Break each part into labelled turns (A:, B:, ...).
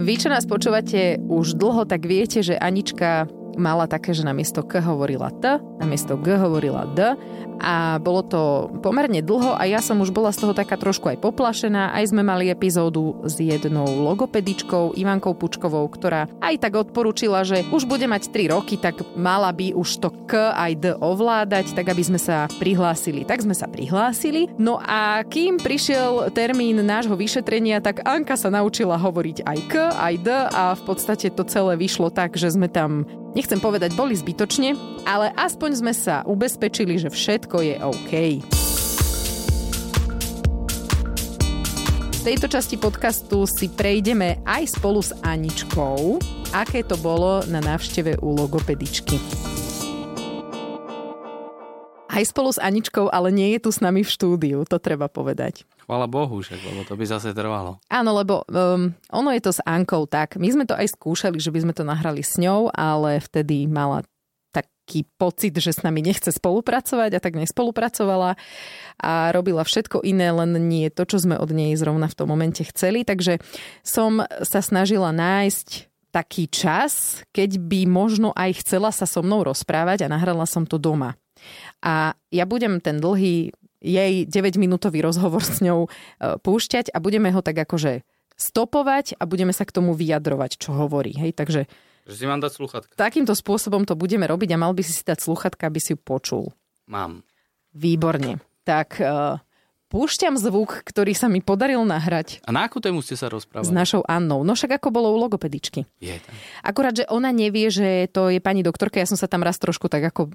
A: Vy, čo nás počúvate už dlho, tak viete, že Anička mala také, že namiesto K hovorila T, namiesto G hovorila D a bolo to pomerne dlho a ja som už bola z toho taká trošku aj poplašená. Aj sme mali epizódu s jednou logopedičkou Ivankou Pučkovou, ktorá aj tak odporúčila, že už bude mať 3 roky, tak mala by už to K aj D ovládať, tak aby sme sa prihlásili. Tak sme sa prihlásili. No a kým prišiel termín nášho vyšetrenia, tak Anka sa naučila hovoriť aj K, aj D a v podstate to celé vyšlo tak, že sme tam Nechcem povedať, boli zbytočne, ale aspoň sme sa ubezpečili, že všetko je OK. V tejto časti podcastu si prejdeme aj spolu s Aničkou, aké to bolo na návšteve u logopedičky. Aj spolu s Aničkou, ale nie je tu s nami v štúdiu, to treba povedať.
B: Chvala Bohu, však, lebo to by zase trvalo.
A: Áno, lebo um, ono je to s Ankou tak. My sme to aj skúšali, že by sme to nahrali s ňou, ale vtedy mala taký pocit, že s nami nechce spolupracovať a tak nespolupracovala a robila všetko iné, len nie to, čo sme od nej zrovna v tom momente chceli. Takže som sa snažila nájsť taký čas, keď by možno aj chcela sa so mnou rozprávať a nahrala som to doma. A ja budem ten dlhý jej 9-minútový rozhovor s ňou e, púšťať a budeme ho tak akože stopovať a budeme sa k tomu vyjadrovať, čo hovorí. Hej, takže
B: Že si mám dať sluchatka?
A: takýmto spôsobom to budeme robiť a mal by si si dať sluchatka, aby si ju počul.
B: Mám.
A: Výborne. Tak uh, púšťam zvuk, ktorý sa mi podaril nahrať
B: A na akú tému ste sa rozprávali?
A: s našou Annou. No však ako bolo u logopedičky.
B: Je tam.
A: Akurát, že ona nevie, že to je pani doktorka. Ja som sa tam raz trošku tak ako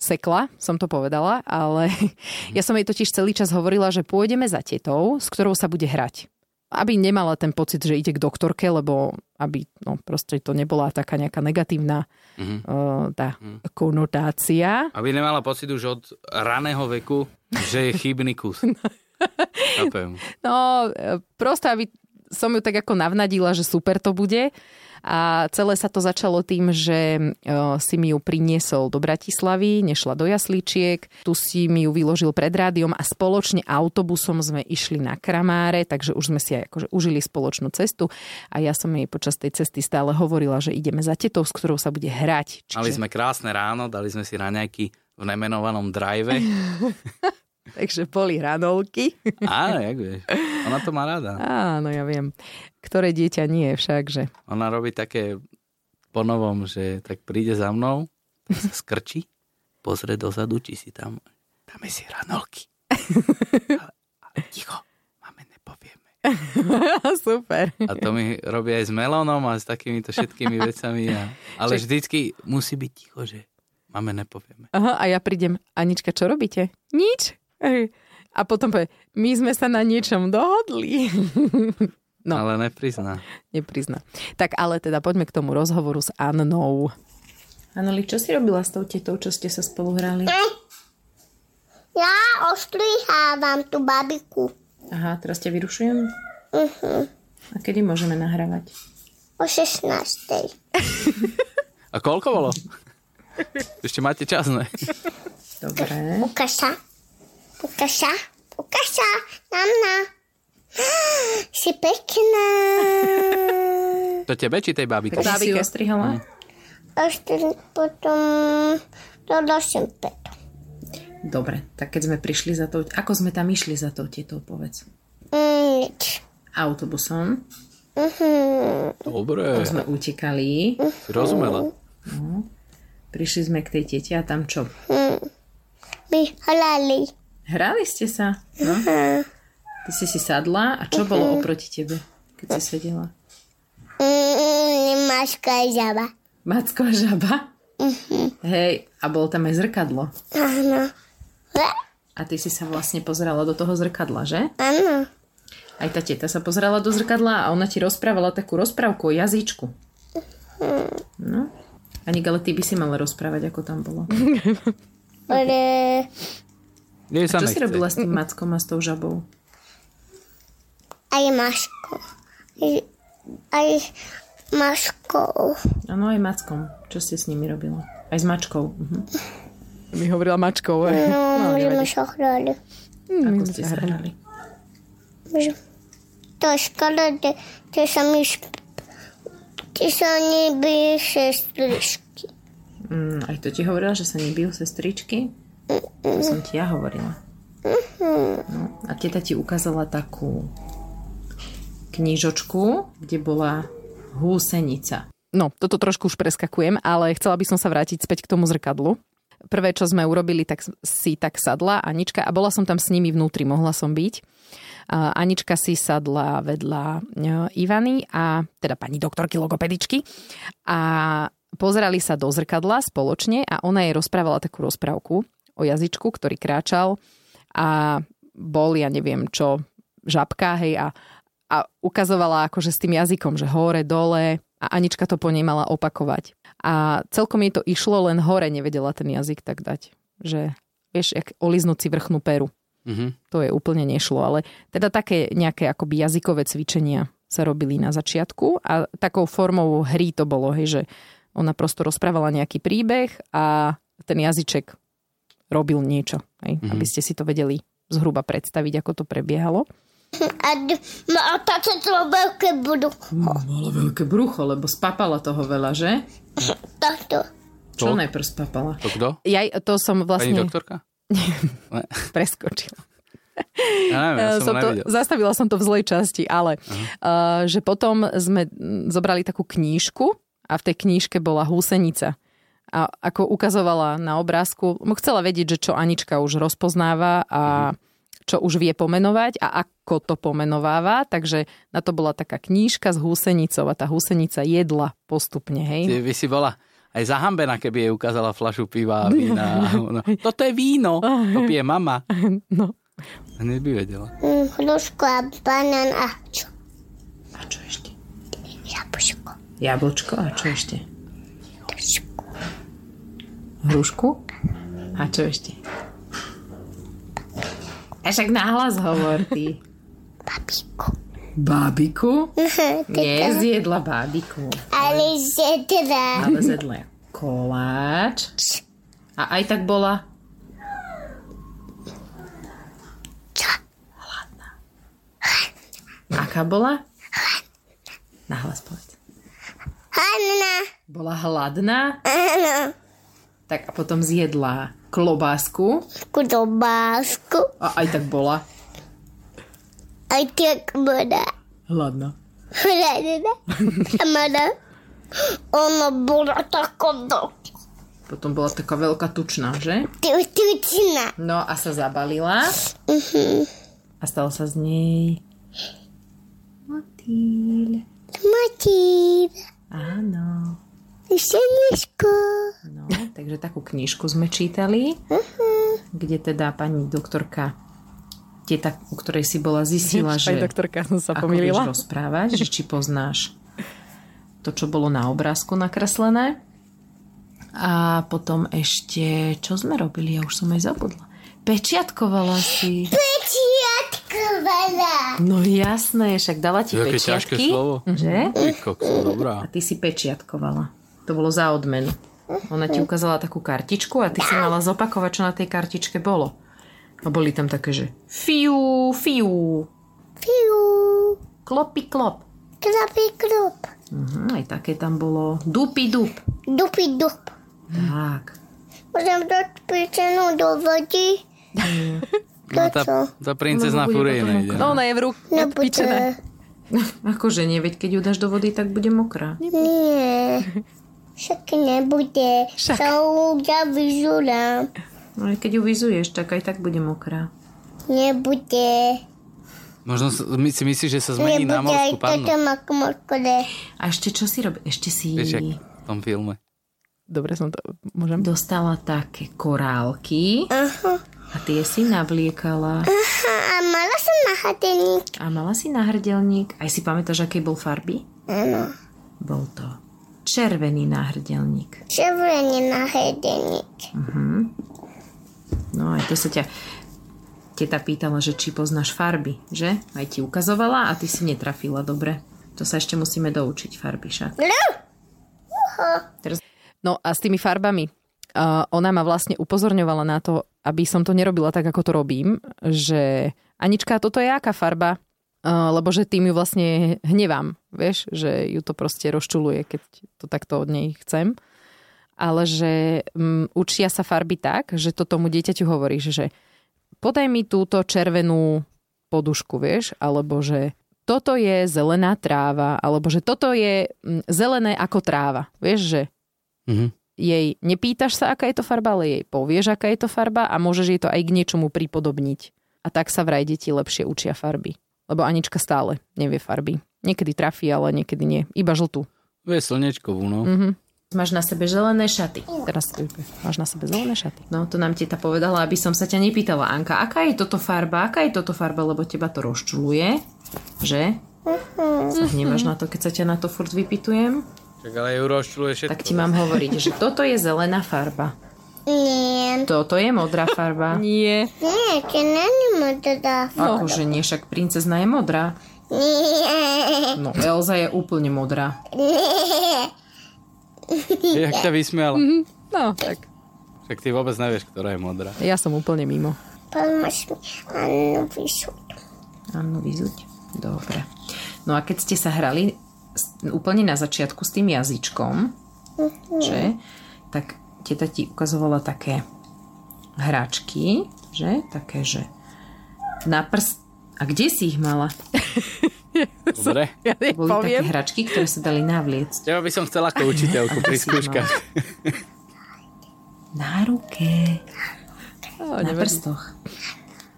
A: sekla, som to povedala, ale ja som jej totiž celý čas hovorila, že pôjdeme za tetou, s ktorou sa bude hrať. Aby nemala ten pocit, že ide k doktorke, lebo aby no, proste to nebola taká nejaká negatívna
B: Mhm.
A: uh, tá konotácia.
B: Aby nemala pocit už od raného veku, že je chybný kus. Chápem.
A: No, e, prosto, aby som ju tak ako navnadila, že super to bude. A celé sa to začalo tým, že e, si mi ju priniesol do Bratislavy, nešla do jasličiek, tu si mi ju vyložil pred rádiom a spoločne autobusom sme išli na Kramáre, takže už sme si aj akože užili spoločnú cestu a ja som jej počas tej cesty stále hovorila, že ideme za tetou, s ktorou sa bude hrať. Čiže,
B: Mali sme krásne ráno, dali sme si raňajky v nemenovanom drive.
A: Takže boli hranolky.
B: Áno, jak vieš. Ona to má rada.
A: Áno, ja viem. Ktoré dieťa nie, však, že...
B: Ona robí také po novom, že tak príde za mnou, tak sa skrčí, pozrie dozadu, či si tam, dáme si ranolky. Ale, ale ticho, máme nepovieme.
A: super.
B: A to mi robia aj s melónom a s takýmito všetkými vecami. A... Ale vždycky musí byť ticho, že máme nepovieme.
A: Aha, a ja prídem, Anička, čo robíte? Nič. Ej. A potom povie, my sme sa na niečom dohodli. No.
B: No. Ale neprizná.
A: Neprizná. Tak ale teda poďme k tomu rozhovoru s Annou.
C: Anoli, čo si robila s tou tetou, čo ste sa spolu hrali?
D: Ja ostrihávam tú babiku.
C: Aha, teraz ťa vyrušujem.
D: Uh-huh.
C: A kedy môžeme nahrávať?
D: O 16.
B: A koľko bolo? Ešte máte čas, ne?
C: Dobre.
D: Ukáž sa. Ukáž sa. Ukáž sa. Na mňa. Si pekná.
B: To tebe či tej babike?
C: Takže si Mm. ju
A: Závike.
C: ostrihala?
D: Ostri potom to došem peto.
C: Dobre, tak keď sme prišli za tou... Ako sme tam išli za tou tetou, povedz?
D: Mm, nič.
C: Autobusom.
D: Uh-huh.
B: Dobre,
C: Tam sme utekali.
B: rozumela.
C: Prišli sme k tej tete a tam čo?
D: My hlali.
C: Hrali ste sa? No? Ty si si sadla a čo bolo oproti tebe, keď si sedela?
D: Mm, nemáš kajzava.
C: Macko a žaba? Hej, a bolo tam aj zrkadlo.
D: Áno. Eh,
C: A ty si sa vlastne pozerala do toho zrkadla, že?
D: Áno.
C: Aj tá teta sa pozerala do zrkadla a ona ti rozprávala takú rozprávku o jazyčku. No. Anik, ale ty by si mala rozprávať, ako tam bolo.
D: Ale
B: Nie
C: A
B: sa
C: čo si
B: nechce.
C: robila s tým mackom a s tou žabou?
D: aj maško. Aj, aj maškou.
C: Áno, aj mackom. Čo ste s nimi robila? Aj s mačkou. Mhm.
A: Mi hovorila mačkou. eh.
D: No,
A: nevadí.
D: môžeme sa hrali.
C: Ako ste sa hrali?
D: Môžem. To je škoda, že, že sa mi šp- Ty sa nebyli sestričky.
C: Mm, aj to ti hovorila, že sa nebijú sestričky? To som ti ja hovorila. No, a teta ti ukázala takú knižočku, kde bola húsenica.
A: No, toto trošku už preskakujem, ale chcela by som sa vrátiť späť k tomu zrkadlu. Prvé, čo sme urobili, tak si tak sadla Anička a bola som tam s nimi vnútri, mohla som byť. A Anička si sadla vedľa e, Ivany a teda pani doktorky logopedičky a pozerali sa do zrkadla spoločne a ona jej rozprávala takú rozprávku o jazyčku, ktorý kráčal a bol, ja neviem čo, žabka, hej, a, a ukazovala akože s tým jazykom, že hore, dole a Anička to po nej mala opakovať. A celkom jej to išlo, len hore nevedela ten jazyk tak dať, že vieš, jak oliznúť si vrchnú peru.
B: Mhm.
A: To je úplne nešlo, ale teda také nejaké akoby jazykové cvičenia sa robili na začiatku a takou formou hry to bolo, hej, že ona prosto rozprávala nejaký príbeh a ten jazyček robil niečo, hej, mm-hmm. aby ste si to vedeli zhruba predstaviť, ako to prebiehalo.
D: A, d- no a táto to veľké budú.
C: Mala veľké brucho, lebo spapala toho veľa, že?
D: Takto.
C: Čo
B: To-
C: najprv spapala?
B: To kto?
A: Ja to som
B: Pani
A: vlastne
B: doktorka? Ne.
A: preskočila.
B: Ja neviem, ja som,
A: Eh, som
B: to
A: to,
B: nevidel.
A: zastavila som to v zlej časti, ale uh, že potom sme mm, zobrali takú knížku a v tej knížke bola húsenica. A ako ukazovala na obrázku, m, chcela vedieť, že čo Anička už rozpoznáva a
B: Mhm.
A: čo už vie pomenovať a ako to pomenováva, takže na to bola taká knížka s húsenicou a tá húsenica jedla postupne, hej?
B: Ty by si bola aj zahambená, keby jej ukázala flašu piva a vína. No, toto je víno, to pije mama.
A: No.
B: Hneď by vedela.
D: Hm, Hrušku a banán a čo?
C: A čo ešte?
D: Jablčko.
C: Jablčko a čo ešte?
D: Trošku.
C: Hrušku? A čo ešte? A však náhlas hovor, ty.
D: Babíku.
C: Bábiku?
D: Teda,
C: Nezjedla bábiku,
D: ale teda- zjedra.
C: ale zjedla koláč. A aj tak bola...
D: Čo?
C: Aká bola? Nahlas povedz.
D: Hanna.
C: Bola hladná? Tak a potom zjedla klobásku
D: Kudobásku.
C: a aj tak bola
D: Aj tak bude.
C: hladná.
D: Hradina. A mada. Ona bola taká veľká.
C: Potom bola taká veľká tučná, že?
D: Ty- Tučina.
C: No a sa zabalila. A stalo sa z nej... Motýl.
D: Matír.
C: Áno.
D: Seničko.
C: No, takže takú knižku sme čítali, kde teda pani doktorka, teta, u ktorej si bola, zistila,
A: Pani
C: že
A: doktorka som sa
C: ako vieš
A: pomýlila.
C: rozprávať, že či poznáš to, čo bolo na obrázku nakreslené. A potom ešte, čo sme robili, ja už som aj zabudla. Pečiatkovala si.
D: Pečiatka veľa.
C: No jasné, však dala ti
B: To je také ťažké
C: pečiatky. Mhm.
B: slovo.
C: Že?
B: Ty kokso,
C: A
B: dobrá.
C: ty si pečiatkovala. To bolo za odmenu. Ona ti ukázala takú kartičku a ty si mala zopakovať, čo na tej kartičke bolo. A boli tam také, že fiu, fiu,
D: Piu.
C: klopi, klop.
D: Klapy klop.
C: Mhm, aj také tam bolo. Dupi, dup.
D: Dupy dup.
C: Tak.
D: Môžem dať pečenú do vody.
B: No, tá,
D: čo?
B: tá princezná
C: Lebo bude
B: fúrie
C: potom
B: nejde.
A: No, ona je v ruku.
D: Nebude.
C: Akože nie, veď keď ju dáš do vody, tak bude mokrá.
D: Nie. Však nebude. Však. Sa ja vyžúram.
C: No aj keď ju vyzuješ, tak aj tak bude mokrá.
D: Nebude.
B: Možno s- my si myslíš, že sa zmení
D: Nebude
B: na
D: aj
B: morskú
D: toto
B: pannu.
D: makmorkole.
C: A ešte čo si robí? Ešte si
B: Vieš, jak v tom filme.
A: Dobre som to... Môžem?
C: dostala také korálky a tie si navliekala
D: A, a mala som na chateník.
C: a mala si náhrdelník. Aj si pamätáš, aký bol farby?
D: Áno.
C: Bol to červený náhrdelník.
D: Červený na chateník.
C: No aj to sa ťa teta pýtala, že či poznáš farby, že? Aj ti ukazovala a ty si netrafila dobre. To sa ešte musíme doučiť farby, však.
A: No a s tými farbami. Uh, ona ma vlastne upozorňovala na to, aby som to nerobila tak, ako to robím, že Anička, toto je aká farba? Uh, lebo že tým ju vlastne hnevám, vieš, že ju to proste rozčuluje, keď to takto od nej chcem. Ale že um, učia sa farby tak, že to tomu dieťaťu hovoríš, že podaj mi túto červenú podušku, vieš, alebo že toto je zelená tráva, alebo že toto je mm, zelené ako tráva. Vieš, že
B: Mhm.
A: jej nepýtaš sa, aká je to farba, ale jej povieš, aká je to farba a môžeš jej to aj k niečomu pripodobniť. A tak sa vraj deti lepšie učia farby. Lebo Anička stále nevie farby. Niekedy trafí, ale niekedy nie. Iba žltú.
B: Je slnečkovú, no.
A: Mhm.
C: Máš na sebe želené šaty.
A: Teraz máš na sebe zelené šaty.
C: No, to nám teta povedala, aby som sa ťa nepýtala, Anka, aká je toto farba, aká je toto farba, lebo teba to rozčuluje, že? Sa hnevaš na to, keď sa ťa na to furt vypýtujem?
B: Čak ale ju rozčuluje všetko.
C: Tak ti mám hovoriť, že toto je zelená farba,
D: Nie,
C: toto je modrá farba.
A: Nie.
D: nie, to není modrá.
A: No.
C: Akože nie, však princezna je modrá.
D: Nie,
C: No, Elza je úplne modrá.
D: nie.
B: Jak ťa vysmiala.
C: Mhm.
A: No, tak.
B: Však ty vôbec nevieš, ktorá je modrá.
A: Ja som úplne mimo.
D: Pomôž mi, Annu vyšuť.
C: Áno, vyzuť. Dobre. No a keď ste sa hrali s- úplne na začiatku s tým jazyčkom, že, tak teta ti ukazovala také hračky, že, také, že na prst... A kde si ich mala?
B: Dobre?
A: Ja jej
C: Boli také hračky, ktoré sa dali navliecť.
B: Teba by som chcel ako učiteľku pri skúškach.
C: Na ruke.
A: No,
C: Na
A: neviem.
C: prstoch.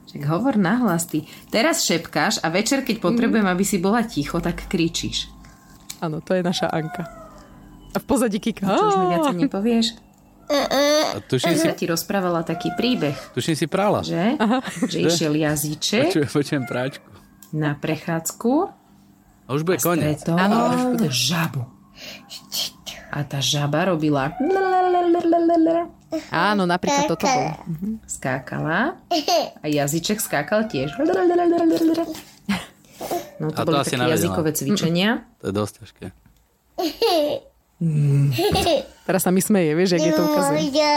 C: Však hovor nahlas ty. Teraz šepkáš a večer, keď potrebujem, aby si bola ticho, tak kričíš.
A: Áno, to je naša Anka. A v pozadí kika.
C: Čo už mi viacej nepovieš?
B: A tuším si,
C: Ja ti rozprávala taký príbeh,
B: tuším si prála.
C: že? Že išiel jazyček
B: Počujem, počujem práčku.
C: na prechádzku
B: A už bude koniec.
C: stretol žabu. A tá žaba robila
A: Áno, napríklad toto bolo.
C: skákala a jazyček skákal tiež. No to,
B: A to
C: boli
B: asi
C: také
B: nevedela.
C: jazykové cvičenia.
B: To je dosť ťažké.
A: Teraz sa mi smeje, vieš, jak je to ukazujem.
D: Môže,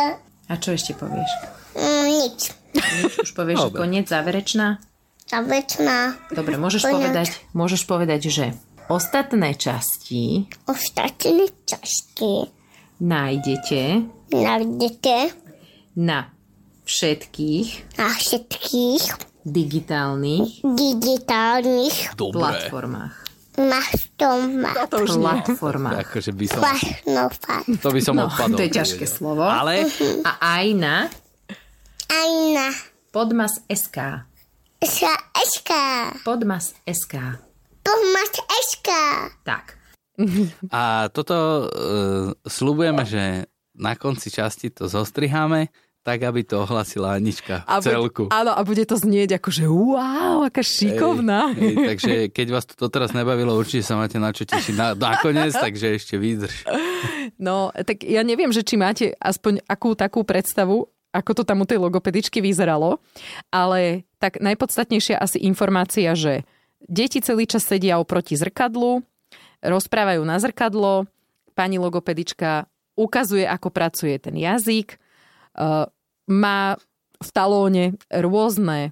C: A čo ešte povieš?
D: mm, nič.
C: Už povieš, že koniec, záverečná?
D: Zavečná
C: Dobre, môžeš povedať, môžeš povedať, že ostatné časti
D: ostatné časti
C: nájdete
D: nájdete
C: na všetkých
D: na všetkých
C: digitálnych
D: digitálnych
B: Dobre.
C: platformách.
D: mastomách.
A: To už nie.
C: Platformách.
B: Akože by som...
D: Pachnofat.
B: To by som
C: No,
B: odpadol.
C: to je ťažké
B: keď
C: slovo.
B: Ale
C: A aj na
D: Aj na
C: Podmas SK.
D: sa eška.
C: Podmas SK.
D: Pomáč eška.
C: Tak.
B: a toto uh, slúbujeme, že na konci časti to zostriháme, tak aby to ohlasila Anička
A: bu-
B: v celku.
A: Áno, a bude to znieť ako, že wow, aká šikovná.
B: Hej, hej, takže keď vás to teraz nebavilo, určite sa máte na čo tešiť na, nakoniec, takže ešte výdrž.
A: No, tak ja neviem, že či máte aspoň akú takú predstavu, ako to tam u tej logopedičky vyzeralo, ale tak najpodstatnejšia asi informácia, že deti celý čas sedia oproti zrkadlu, rozprávajú na zrkadlo, pani logopedička ukazuje, ako pracuje ten jazyk, eh, má v talóne rôzne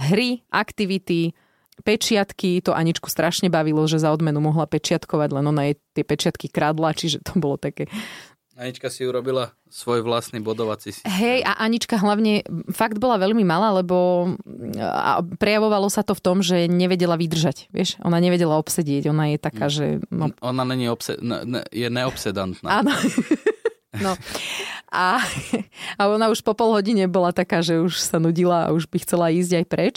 A: hry, aktivity, pečiatky, to Aničku strašne bavilo, že za odmenu mohla pečiatkovať, len ona jej tie pečiatky kradla, čiže to bolo také.
B: Anička si urobila svoj vlastný bodovací systém.
A: Hej, a Anička hlavne fakt bola veľmi malá, lebo mm, a prejavovalo sa to v tom, že nevedela vydržať, vieš, ona nevedela obsedieť, ona je taká, že no,
B: Ona není obse- ne, ne, je neobsedantná.
A: Áno. No. A, a ona už po pol hodine bola taká, že už sa nudila a už by chcela ísť aj preč.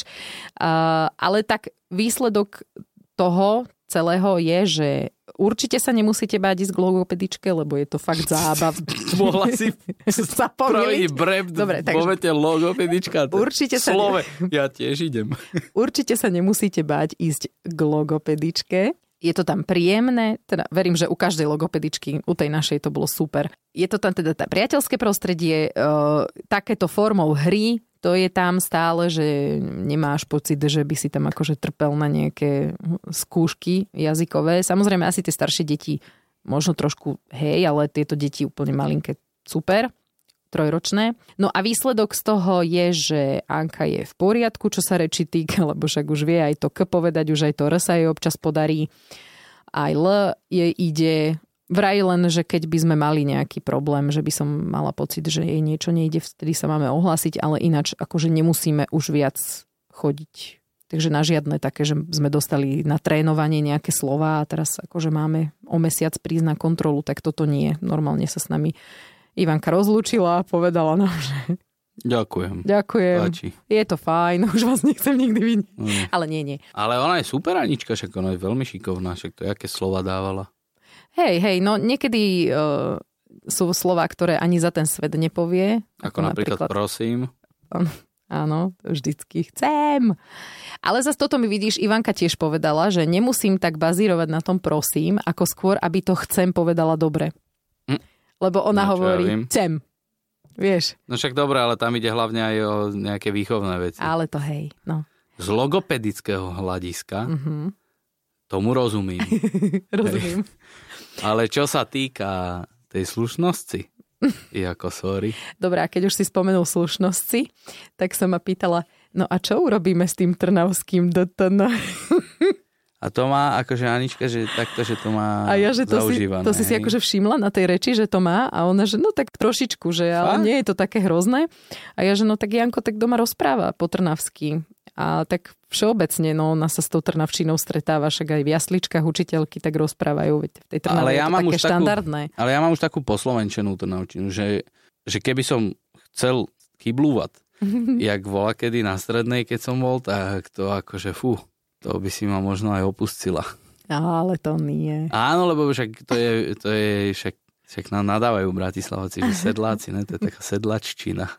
A: A, ale tak výsledok toho celého je, že určite sa nemusíte báť ísť k logopedičke, lebo je to fakt zábav.
B: Mohla si
A: sa
B: spraviť
A: pomýliť.
B: breb,
A: Dobre,
B: Dobre,
A: takže-
B: poviete logopedička. to je
A: Určite sa-
B: Slove, ja tiež idem.
A: Určite sa nemusíte báť ísť k logopedičke. Je to tam príjemné, teda verím, že u každej logopedičky, u tej našej to bolo super. Je to tam teda tá priateľské prostredie, e, takéto formou hry, to je tam stále, že nemáš pocit, že by si tam akože trpel na nejaké skúšky jazykové. Samozrejme, asi tie staršie deti možno trošku, hej, ale tieto deti úplne malinké, super. trojročné. No a výsledok z toho je, že Anka je v poriadku, čo sa reči týka, lebo však už vie aj to K povedať, už aj to R sa jej občas podarí. Aj L jej ide vraj len, že keď by sme mali nejaký problém, že by som mala pocit, že jej niečo nejde, vtedy sa máme ohlásiť, ale ináč akože nemusíme už viac chodiť. Takže na žiadne také, že sme dostali na trénovanie nejaké slova a teraz akože máme o mesiac prísť na kontrolu, tak toto nie. Normálne sa s nami Ivanka rozlúčila a povedala nám, že
B: Ďakujem.
A: ďakujem,
B: Páči.
A: je to fajn, už vás nechcem nikdy vidieť.
B: Mm.
A: Ale nie, nie.
B: Ale ona je super Anička, však ona je veľmi šikovná, však to aké slova dávala.
A: Hej, hej, no niekedy uh, sú slova, ktoré ani za ten svet nepovie.
B: Ako napríklad, napríklad prosím.
A: Áno, vždycky chcem. Ale zase toto mi vidíš, Ivanka tiež povedala, že nemusím tak bazírovať na tom prosím, ako skôr, aby to chcem povedala dobre.
B: Hm.
A: Lebo ona
B: No, čo ja
A: hovorí
B: viem.
A: chcem. Vieš,
B: No však dobre, ale tam ide hlavne aj o nejaké výchovné veci.
A: ale to hej. No.
B: Z logopedického hľadiska
A: Mhm.
B: tomu rozumím.
A: Rozumiem.
B: Ale čo sa týka tej slušnosti, je ako sorry.
A: Dobre, a keď už si spomenul slušnosti, tak som ma pýtala, no a čo urobíme s tým trnavským DTN?
B: A to má akože Anička, že takto, že to má
A: A ja, že to si,
B: zaužívané,
A: to si si
B: hej.
A: akože všimla na tej reči, že to má a ona, že no tak trošičku, že ale
B: Fakt?
A: nie je to také hrozné. A ja, že no tak Janko tak doma rozpráva po trnavsky. A tak všeobecne, no ona sa s tou trnavčinou stretáva, však aj v jasličkách učiteľky tak rozprávajú, veď v tej trnave
B: Ale
A: je
B: ja
A: to
B: mám
A: také
B: už takú-
A: štandardné.
B: Ale ja mám už takú poslovenčenú trnavčinu, že, že keby som chcel kyblúvať, jak bola kedy na strednej, keď som bol, tak to akože fú, to by si ma možno aj opustila.
A: Ale to nie.
B: Áno, lebo však to je, to je však, však nám nadávajú Bratislavaci, že sedláci, ne? to je taká sedlaččina.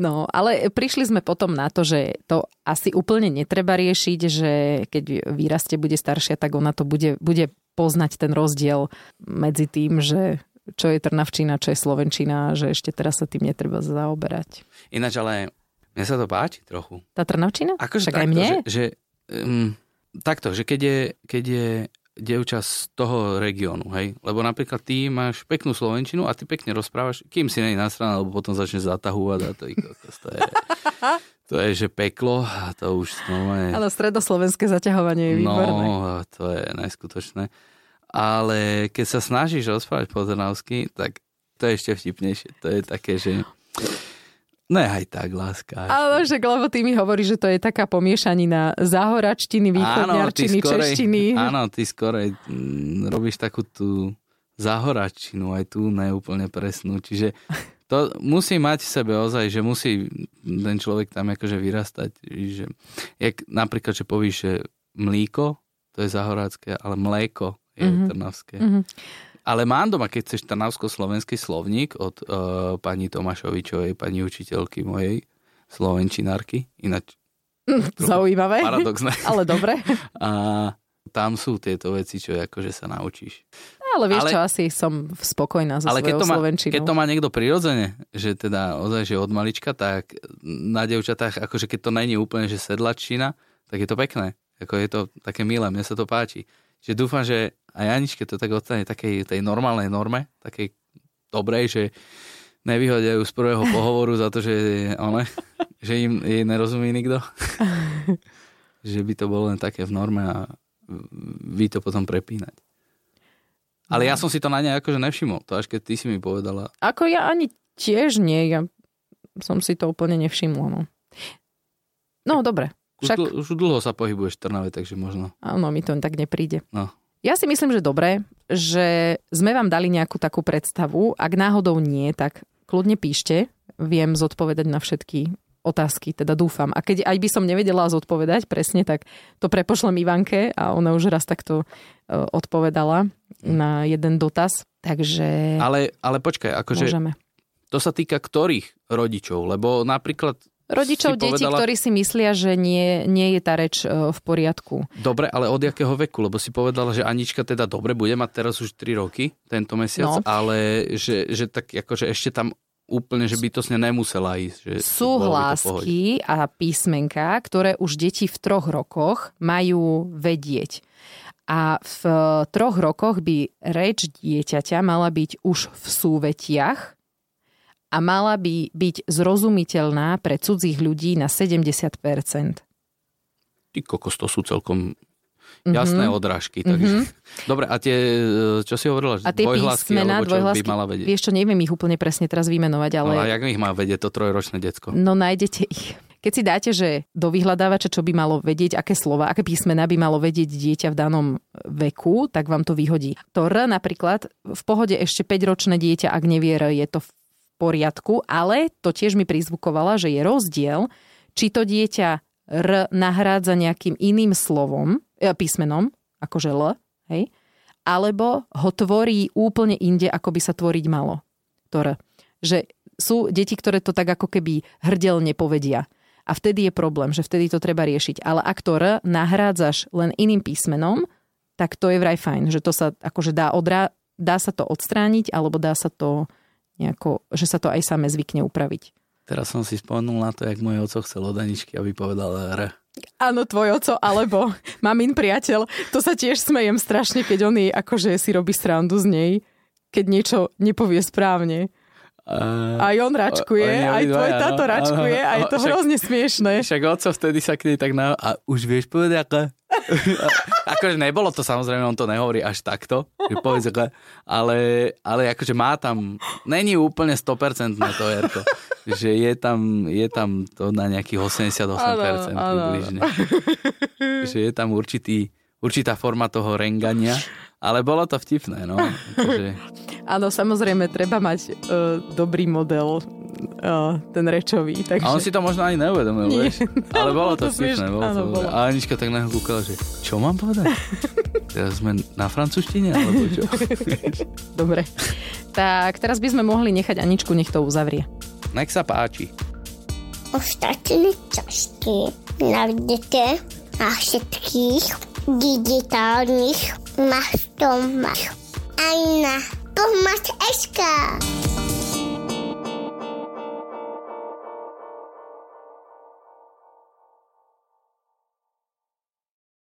A: No, ale prišli sme potom na to, že to asi úplne netreba riešiť, že keď výraste bude staršia, tak ona to bude, bude poznať ten rozdiel medzi tým, že čo je Trnavčina, čo je Slovenčina, že ešte teraz sa tým netreba zaoberať.
B: Ináč ale mne sa to páči trochu.
A: Tá Trnavčina?
B: Akože
A: Však aj mne?
B: Že, že, um, takto, že keď je, keď je dievča z toho regiónu, hej? Lebo napríklad ty máš peknú Slovenčinu a ty pekne rozprávaš, kým si nej nasraná, lebo potom začne zatahovať a to, i kokos, to, je, to je, že peklo a to už normálne...
A: Áno, stredoslovenské zaťahovanie je výborné.
B: No, to je neskutočné. Ale keď sa snažíš rozprávať po trnavsky, tak to je ešte vtipnejšie. To je také, že... Nehaj tak, láska.
A: Ale však, lebo ty mi hovoríš, že to je taká pomiešanina záhoračtiny, východňarčiny,
B: Áno, ty skorej-
A: češtiny.
B: Áno, ty skorej mm, robíš takú tú zahoračinu, aj tú neúplne presnú. Čiže to musí mať v sebe ozaj, že musí ten človek tam akože vyrastať. Že, jak napríklad, že povíš, že mlíko, to je zahorácké, ale mléko
A: Mhm.
B: je mm-hmm. trnavské.
A: Mhm.
B: Ale mám doma, keď chceš trnavsko-slovenský slovník od uh, pani Tomášovičovej, pani učiteľky mojej, slovenčinárky, ináč
A: Zaujímavé,
B: paradoxné.
A: ale dobre.
B: A tam sú tieto veci, čo akože sa naučíš.
A: Ale vieš
B: Ale-
A: čo, asi som spokojná so
B: Ale
A: svojou
B: keď to, má,
A: slovenčinou.
B: keď to má niekto prirodzene, že teda ozaj, že od malička, tak na devčatách, akože keď to není úplne, že sedlačina, tak je to pekné. Ako je to také milé, mne sa to páči. Čiže dúfam, že aj Janičke to tak ostane takej tej normálnej norme, takej dobrej, že nevyhodia ju z prvého pohovoru za to, že, one, že im jej nerozumí nikto. že by to bolo len také v norme a vy to potom prepínať. Ale
A: No.
B: ja som si to na nej akože nevšimol. To až keď ty si mi povedala.
A: Ako ja ani tiež nie, ja som si to úplne nevšimla, no. No, dobre.
B: Už,
A: Však-
B: Však... dl- už dlho sa pohybuješ v Trnave, takže možno.
A: Áno, mi to tak nepríde.
B: No.
A: Ja si myslím, že dobre, že sme vám dali nejakú takú predstavu. Ak náhodou nie, tak kľudne píšte. Viem zodpovedať na všetky otázky, teda dúfam. A keď aj by som nevedela zodpovedať presne, tak to prepošlem Ivanke a ona už raz takto e,
B: Hm.
A: odpovedala na jeden dotaz. Takže
B: Ale, ale počkaj, akože
A: môžeme.
B: to sa týka ktorých rodičov? Lebo napríklad,
A: Rodičov
B: si
A: detí,
B: povedala-
A: ktorí si myslia, že nie, nie je tá reč e, v poriadku.
B: dobre, ale od jakého veku? Lebo si povedala, že Anička teda dobre bude mať teraz už 3 roky tento mesiac,
A: No.
B: no. ale že, že tak akože ešte tam úplne, že bytosne nemusela ísť. Že
A: Sú
B: bolo by to v pohode.
A: hlásky a písmenka, ktoré už deti v troch rokoch majú vedieť. A v e, troch rokoch by reč dieťaťa mala byť už v súvetiach a mala by byť zrozumiteľná pre cudzích ľudí na 70%.
B: Ty kokos, to sú celkom
A: Mhm.
B: jasné mm-hmm. odrážky. Takže... Mm-hmm. Dobre, a tie, e, čo si hovorila? že
A: A tie
B: dvojhlasky,
A: písmená,
B: alebo čo
A: dvojhlasky,
B: by mala vedieť?
A: vieš čo, neviem ich úplne presne teraz vymenovať, ale...
B: Ale... ale jak ich má vedieť to trojročné decko?
A: No nájdete ich. Keď si dáte, že do vyhľadávača, čo by malo vedieť, aké slova, aké písmená by malo vedieť dieťa v danom veku, tak vám to vyhodí. To R napríklad, v pohode ešte 5-ročné dieťa, ak nevie R, je to v poriadku, ale to tiež mi prizvukovala, že je rozdiel, či to dieťa R nahrádza nejakým iným slovom, e, písmenom, akože L, hej, alebo ho tvorí úplne inde, ako by sa tvoriť malo. To R. Že sú deti, ktoré to tak ako keby hrdelne povedia. A vtedy je problém, že vtedy to treba riešiť. Ale ak to R nahrádzaš len iným písmenom, tak to je vraj fajn, že to sa akože dá, odrá, dá sa to odstrániť, alebo dá sa to nejako, že sa to aj samé zvykne upraviť.
B: Teraz som si spomenul na to, jak môj oco chcel od Aničky, aby povedal R.
A: Áno, tvoj oco, alebo mamin priateľ. To sa tiež smejem strašne, keď on jej akože si robí srandu z nej, keď niečo nepovie správne.
B: A...
A: Aj on račkuje,
B: oni
A: aj
B: obidvaja,
A: tvoj
B: no.
A: táto račkuje a je to
B: Však-
A: hrozne smiešné.
B: Však oco vtedy sa k nej tak na... A už vieš povedať, aká? akože nebolo to samozrejme, on to nehovorí až takto, že povedz, aká, ale, ale akože má tam, není úplne 100% to Erko, že je tam, je tam to na nejakých 88%
A: Áno, áno.
B: približne. Že je tam určitý, určitá forma toho rengania, ale bolo to vtipné, no. Takže,
A: Áno, samozrejme, treba mať uh, dobrý model, uh, ten rečový. Takže...
B: a on si to možno ani neuvedomil,
A: Nie.
B: vieš? Ale bolo to
A: smiešne,
B: smiešné, bolo to
A: áno,
B: dobré.
A: bolo.
B: A Anička tak nahlúkala, že čo mám povedať? Teraz sme na francúzštine, alebo čo?
A: Dobre. Tak teraz by sme mohli nechať Aničku, nech to uzavrie.
B: Nech sa páči.
D: Ostatní časti nájdete na všetkých digitálnych mastomách aj na pomoc.sk.